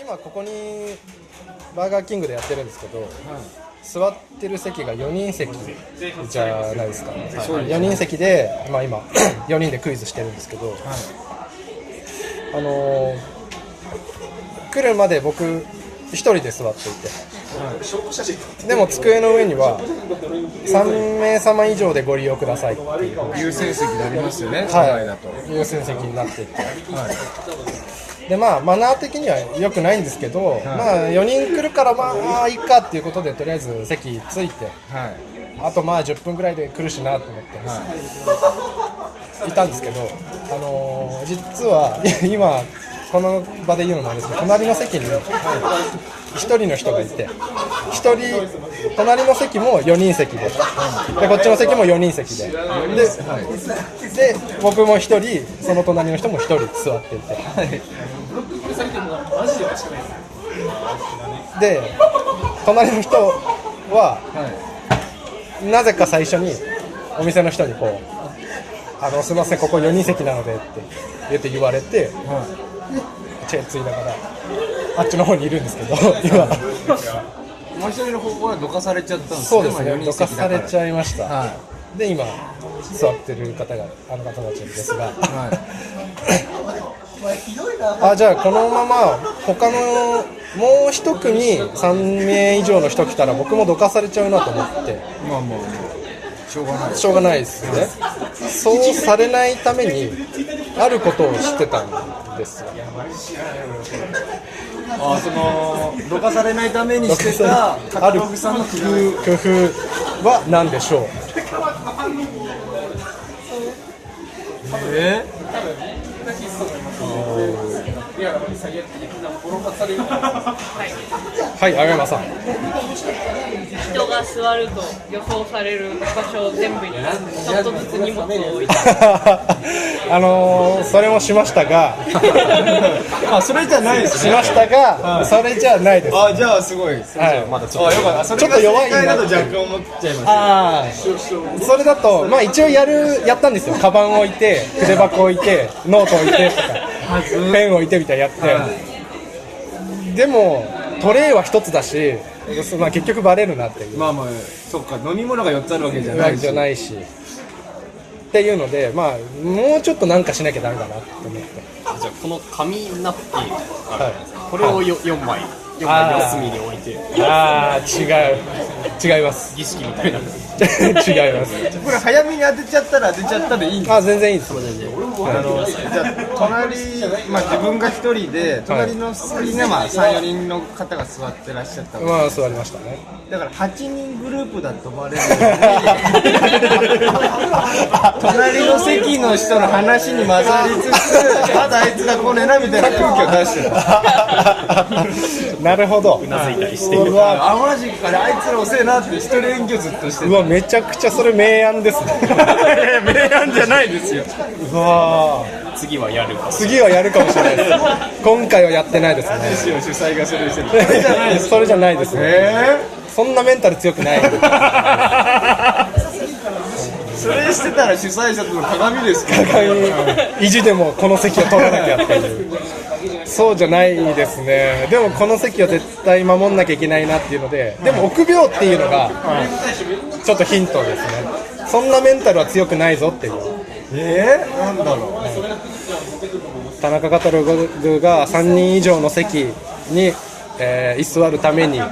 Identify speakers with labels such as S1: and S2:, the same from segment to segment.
S1: 今ここにバーガーキングでやってるんですけど、座ってる席が4人席じゃないですか、4人席で、まあ、今 4人でクイズしてるんですけど、あのー来るまで僕1人で座っていてでも机の上には3名様以上でご利用くださいっていう
S2: 優先席になりますよね、都内だと。
S1: はい、優先席になっていて、でまあ、マナー的には良くないんですけど、まあ、4人来るからまあいいかっていうことでとりあえず席ついて
S2: はい。
S1: あとまあ10分ぐらいで来るしなと思って、い、たんですけど、あのー実は 今この場で言うのもあれですけど隣の席に1人の人がいて1人隣の席も4人席ででこっちの席も4人席ででで僕も1人その隣の人も1人座っていて。で隣の人は、なぜか最初にお店の人にこう「あのすみませんここ4人席なので」って言って言われて、チェーンついながらあっちの方にいるんですけど今
S2: もう一人の方向はどかされちゃったんですね
S1: そうですね
S2: まあ
S1: どかされち
S2: ゃ
S1: ゃいました、
S2: は
S1: で今座ってる方があの方たちですが、あじゃあこのまま他のもう一組3名以上の人来たら僕もどかされちゃうなと思って
S2: まあまあ、しょうがない。
S1: しょうがないですよねそうされないためにあることをしてたんですよ
S2: あその、どかされないためにしてた、
S1: あ
S2: カ
S1: る工
S2: トロ
S1: 夫
S2: グさんの工夫。
S1: は何でしょう
S2: え
S1: はい青山さん
S3: 人が座ると予想される場所を全部にちょっとずつ荷物を置いて
S1: あのーそれもしましたが
S2: あ、それじゃないです
S1: し。ましたがそれじゃないです、は
S2: あ、じゃあすごい。
S1: い、
S2: まだちょっと。あ、よかった。それ
S1: ちょっ
S2: が
S1: と弱い
S2: 正
S1: な
S2: 解だと若干思っちゃいました。
S1: ああそれだとまあ一応やるやったんですよカバン置いて筆箱置いてノート置いてとかペン置いてみたいなやってでもトレイは一つだし、まあ、結局バレるなっていう
S2: まあまあ、そっか、飲み物が4つあるわけじゃな
S1: わけ
S2: い
S1: じ
S2: し。
S1: ゃないしっていうのでまあもうちょっとなんかしなきゃダメだなって思って
S4: じゃあこの紙ナプキンあるじゃないですか、
S1: はい
S4: これをよ4枚4枚四隅に置いて
S1: ああ違う違い ます
S4: 儀式みたいな
S1: 違います
S2: これ早めに当てちゃったら当てちゃったでいいんです
S1: あ全然いいです
S2: あのじゃあ隣、まあ、自分が一人で隣の席にね、まあ、34人の方が座ってらっしゃったわ
S1: まあ座りましたね
S2: けだから8人グループだと思われるように隣の席の人の話に混ざりつつまだあいつが来ねえなみたいな空気を出してた
S1: なるほど
S4: うなずいた りして
S1: うわ
S2: あマジかねあいつら遅えなって一人遠慮ずっとして
S1: う
S2: た
S1: わめちゃくちゃそれ明暗ですね
S2: 明暗じゃないですよ
S1: うわ
S4: 次はやる
S1: 次はやるかもしれないです今回はやってないですね
S2: 主催がそれをしてた
S1: それじゃないですね
S2: え
S1: そんなメンタル強くない
S2: ー、それしてたら主催者との鏡ですか
S1: 意地でもこの席を取らなきゃっていうそうじゃないですねでもこの席は絶対守んなきゃいけないなっていうのででも臆病っていうのがちょっとヒントですねそんなメンタルは強くないぞっていう
S2: えー、なんだろう
S1: 田中カタログが3人以上の席に、えー居座るために、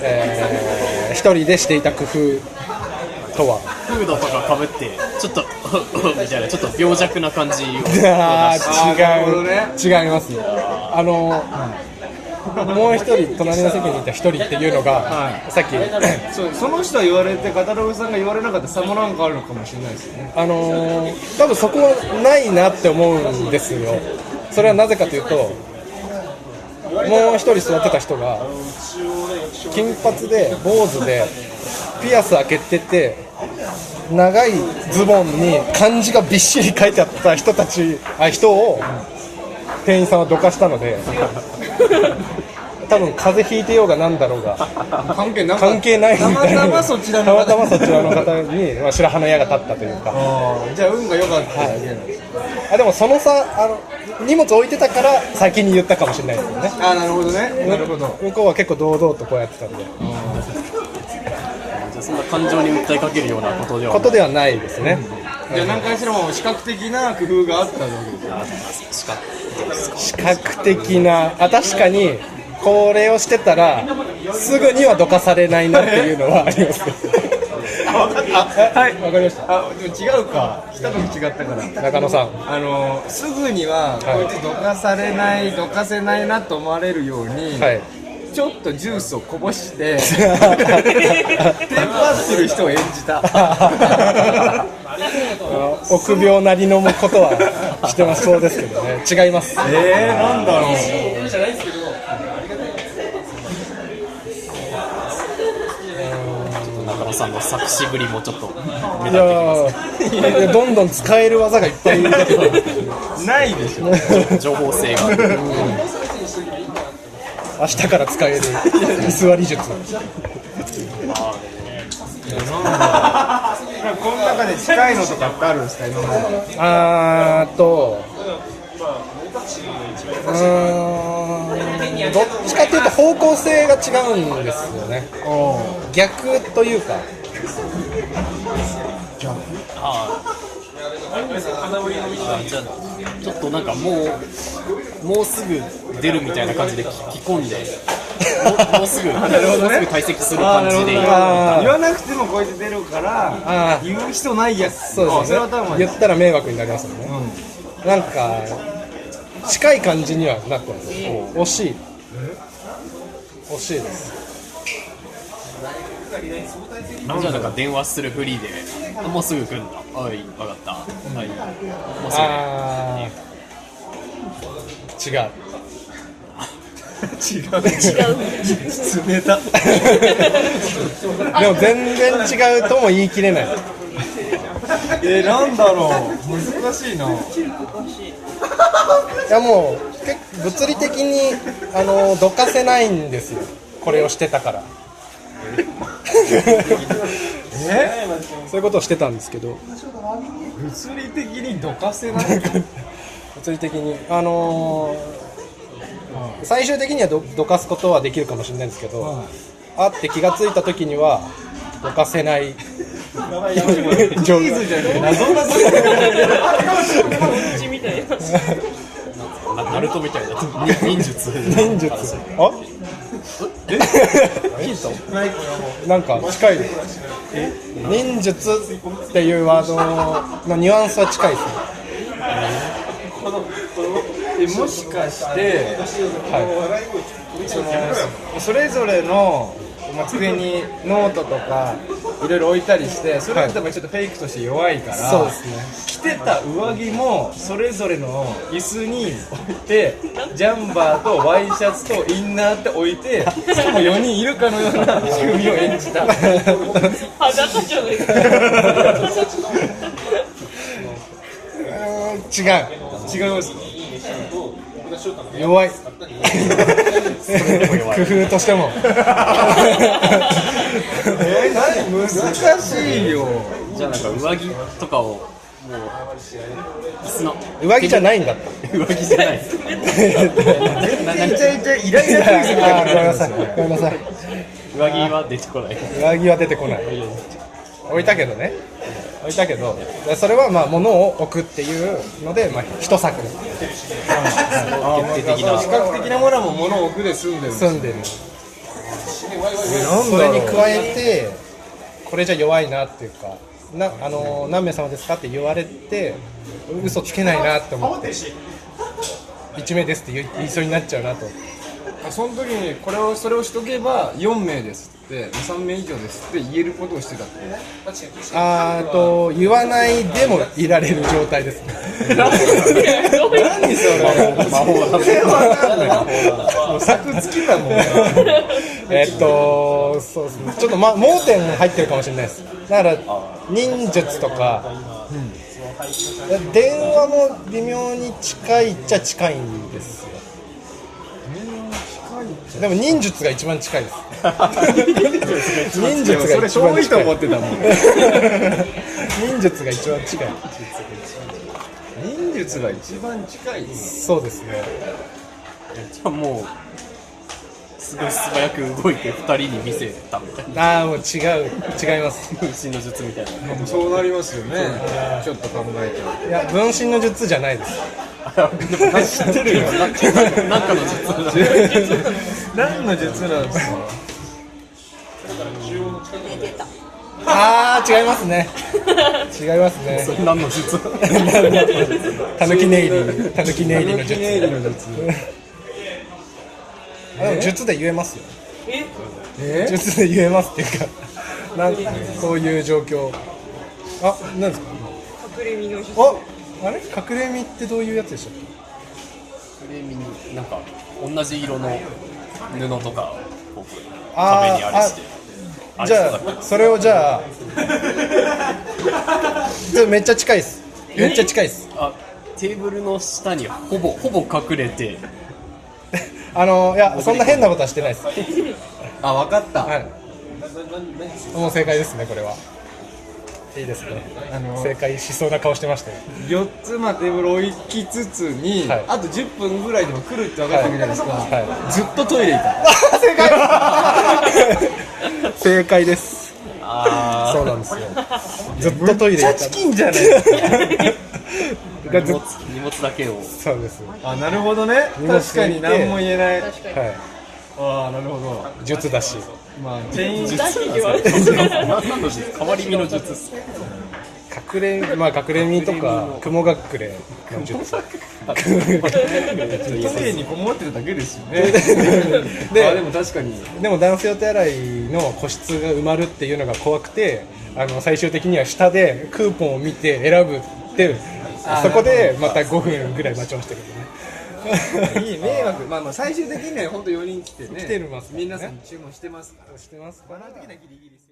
S1: え1人でしていた工夫とは
S4: フードとかかぶってちょっと みたいなちょっと病弱な感じを
S1: いや
S2: あーなるほど
S1: ー違う、違いますねあのもう一人隣の席にいた一人っていうのが、さっき
S2: そうその人は言われてカタログさんが言われなかった差もなんかあるのかもしれないですよね
S1: あのー多分そこはないなって思うんですよそれはなぜかというともう一人座ってた人が金髪で坊主でピアス開けてて長いズボンに漢字がびっしり書いてあった人たちあ人を店員さんはどかしたので多分風邪ひいてようがなんだろうが
S2: 関係なか
S1: 関係ないみたいな
S2: たまたまそちらの
S1: た
S2: 方
S1: またまそちらの方に、まあ、白羽の矢が立ったというか
S2: あーじゃあ運が良かっただけなんです
S1: あでもその差あの荷物置いてたから先に言ったかもしれないですよね
S2: あーなるほどねなるほど
S1: 向こうは結構堂々とこうやってたんで
S4: じゃあそんな感情に訴えかけるようなことでは
S1: ことではないですね、
S2: じゃあ何回しらも視覚的な工夫があったわけです
S4: しか
S1: 視覚的なあ確かにこれをしてたらすぐにはどかされないなっていうのはあります
S2: あ分かったはい
S1: わかりまし
S2: あでも違うか来た時違ったから
S1: た中野さん
S2: あのすぐにはこいつどかされないどかせないなと思われるように、
S1: はい
S2: ちょっとジュースをこぼして テープアップする人を演じ た
S1: 臆病なりのことはしてますそうですけどね違います
S2: えー、なんだろう
S4: 中野さんの作詞ぶりもちょっと
S1: いやーいやどんどん使える技がいっぱい出てくる
S2: ないでしょ
S4: 情報性がある
S1: 明日から使える居座り術
S2: この中で近いのとかってあるんですか今まで
S1: あーっとうーんどっちかっていうと方向性が違うんですよね逆というか
S4: あじゃあちょっとなんかもうもうすぐ出るみたいな感じで聞き込んでもうもうすぐ
S2: なるほどね
S4: もうすぐ退席する感じで
S2: 言
S1: ほどあー
S2: わなくてもこうやって出るから
S1: あー
S2: 言う人ないやつ
S1: そうです
S2: れは
S1: よ
S2: 多
S1: ね
S2: 分
S1: 言ったら迷惑になりますよね、なんか近い感じにはなってます惜しい惜しいです
S4: じゃあなんか電話するふりであもうすぐ来るんだはい分かったはいもうす
S1: あー違う
S2: 違う違う冷た
S1: でも全然違うとも言い切れない
S2: えー、なんだろう 難しいない
S1: やもう結構物理的にあのどかせないんですよこれをしてたから
S2: え
S1: そういうことをしてたんですけど
S2: 物理的にどかせない
S1: 物理的にあのー最終的にはどどかすことはできるかもしれないんですけど、あって気がついた時にはどかせない
S2: チーズじゃねえ謎な
S3: うちみたいな
S4: ぐなナルトみたいなに 忍術
S1: 忍術あヒントなんか近い忍術っていうワードのニュアンスは近いですね
S2: えもしかして
S1: は
S2: そのそれぞれのまあ机にノートとかいろいろ置いたりしてそれってやっぱりちょっとフェイクとして弱いから、
S1: いそうですね
S2: 着てた上着もそれぞれの椅子に置いてジャンバーとワイシャツとインナーって置いてしかも4人いるかのような仕組みを演じた
S3: 肌とじゃない ですか
S1: 違
S2: 違います
S1: う弱い
S4: も弱い
S1: 工夫として も
S2: え何難しいよ
S4: じゃあなんか上着とかをもう椅子の
S1: 上着じゃないんだった
S4: 上着じゃないなな
S2: めちゃめちゃイライラクイズみた
S1: あ
S2: い
S1: ー
S2: に
S1: ごめん
S2: な
S1: な
S2: って
S1: さいごめんなさい
S4: 上着は出てこない
S1: 上着は出てこない置いたけどね置いたけどでそれはまあ物を置くっていうので、まあ、一作
S4: 決定的な
S2: 視覚的なものはもう物を置くで済んでる
S1: 住んでる
S2: そ
S1: それに加えてこれじゃ弱いなっていうかなあのー何名様ですかって言われて嘘つけないなって思って1名ですって言い言いそうになっちゃうなと
S2: その時にこれをそれをしとけば4名ですって3名以上ですって言えることをしてたって
S1: あーと言わないでもいられる状態ですね
S3: どういう
S2: 何それ魔法だ全然わかんないもう作付きだもん
S1: えっとそうですねちょっと、ま、盲点入ってるかもしれないですだから忍術とか、電話も微妙に近いっちゃ近いんですよでも忍術が一番近いです 忍術が
S2: それ
S1: 一
S2: 遠
S1: 番
S2: いと
S1: 近い
S2: 思 ってたもん
S1: 忍術が一番近い
S2: 忍術が一番近い
S1: そうですね
S4: じゃあもうすごい素早く動いて2人に見せたみたい な
S1: ああもう違う違います
S4: 分身の術みたいな
S2: そうなりますよねちょっと考えちゃ
S1: いや分身の術じゃないです
S4: 知ってるよなん かの術
S2: う何の術なんですか
S3: 寝てた
S1: ああ違いますね 違いますね
S4: 何の 術
S1: たぬきネイリたぬきネイリの術
S2: ネイリの術
S1: あでも術で言えますよ
S3: え
S2: え
S1: 術で言えますっていうかなんそういう状況あなんですか
S3: 隠れ身の人
S1: ああれ隠れ身ってどういうやつでしたっけ
S4: なんか同じ色の布とかこう
S1: あー
S4: 壁にあれしてあ
S1: じ
S4: れそう
S1: ゃ
S4: だ
S1: あそれをじゃあちょめっちゃ近いですめっちゃ近いです
S4: あテーブルの下にほぼ ほぼ隠れて
S1: あのいやそんな変なことはしてないですは
S2: あ分かった
S1: いもう正解ですねこれはいいですね
S2: あの
S1: 正解しそうな顔してましたよ
S2: 4つまでテーブル置きつつに、
S1: はい
S2: あと10分ぐらいでも来るって分かったわけじゃないですか、
S1: は
S2: ずっとトイレいた
S1: 正解 正解です
S4: あ
S1: そうなんですよずっとトイレ行った
S2: キンじゃない
S4: ー
S1: が
S4: 荷
S1: ずっ
S4: 物荷物だけを
S1: そうですは
S2: あなるほどね
S1: 荷物
S2: 確か
S1: 置い
S2: に
S1: て
S2: 何も言えない
S3: 確かに
S1: い
S2: ああなるほど
S1: 術だし
S2: まあ全員
S3: 出してって言われて
S4: 何の術変わり身の術っす
S1: 隠れまあ隠れ身とか雲隠れの術
S2: トイレにこもってるだけ ですよね
S1: で
S2: あでも確かに
S1: でも男性お手洗いの個室が埋まるっていうのが怖くてあの最終的には下でクーポンを見て選ぶって
S2: あー
S1: そこでまた5分ぐらい待ちましたけどね
S2: いい迷惑まあまあ最終的には本当4人来てね
S1: 来てます
S2: 皆さん注文してますか ら
S1: してます
S2: バラ的なギリギリです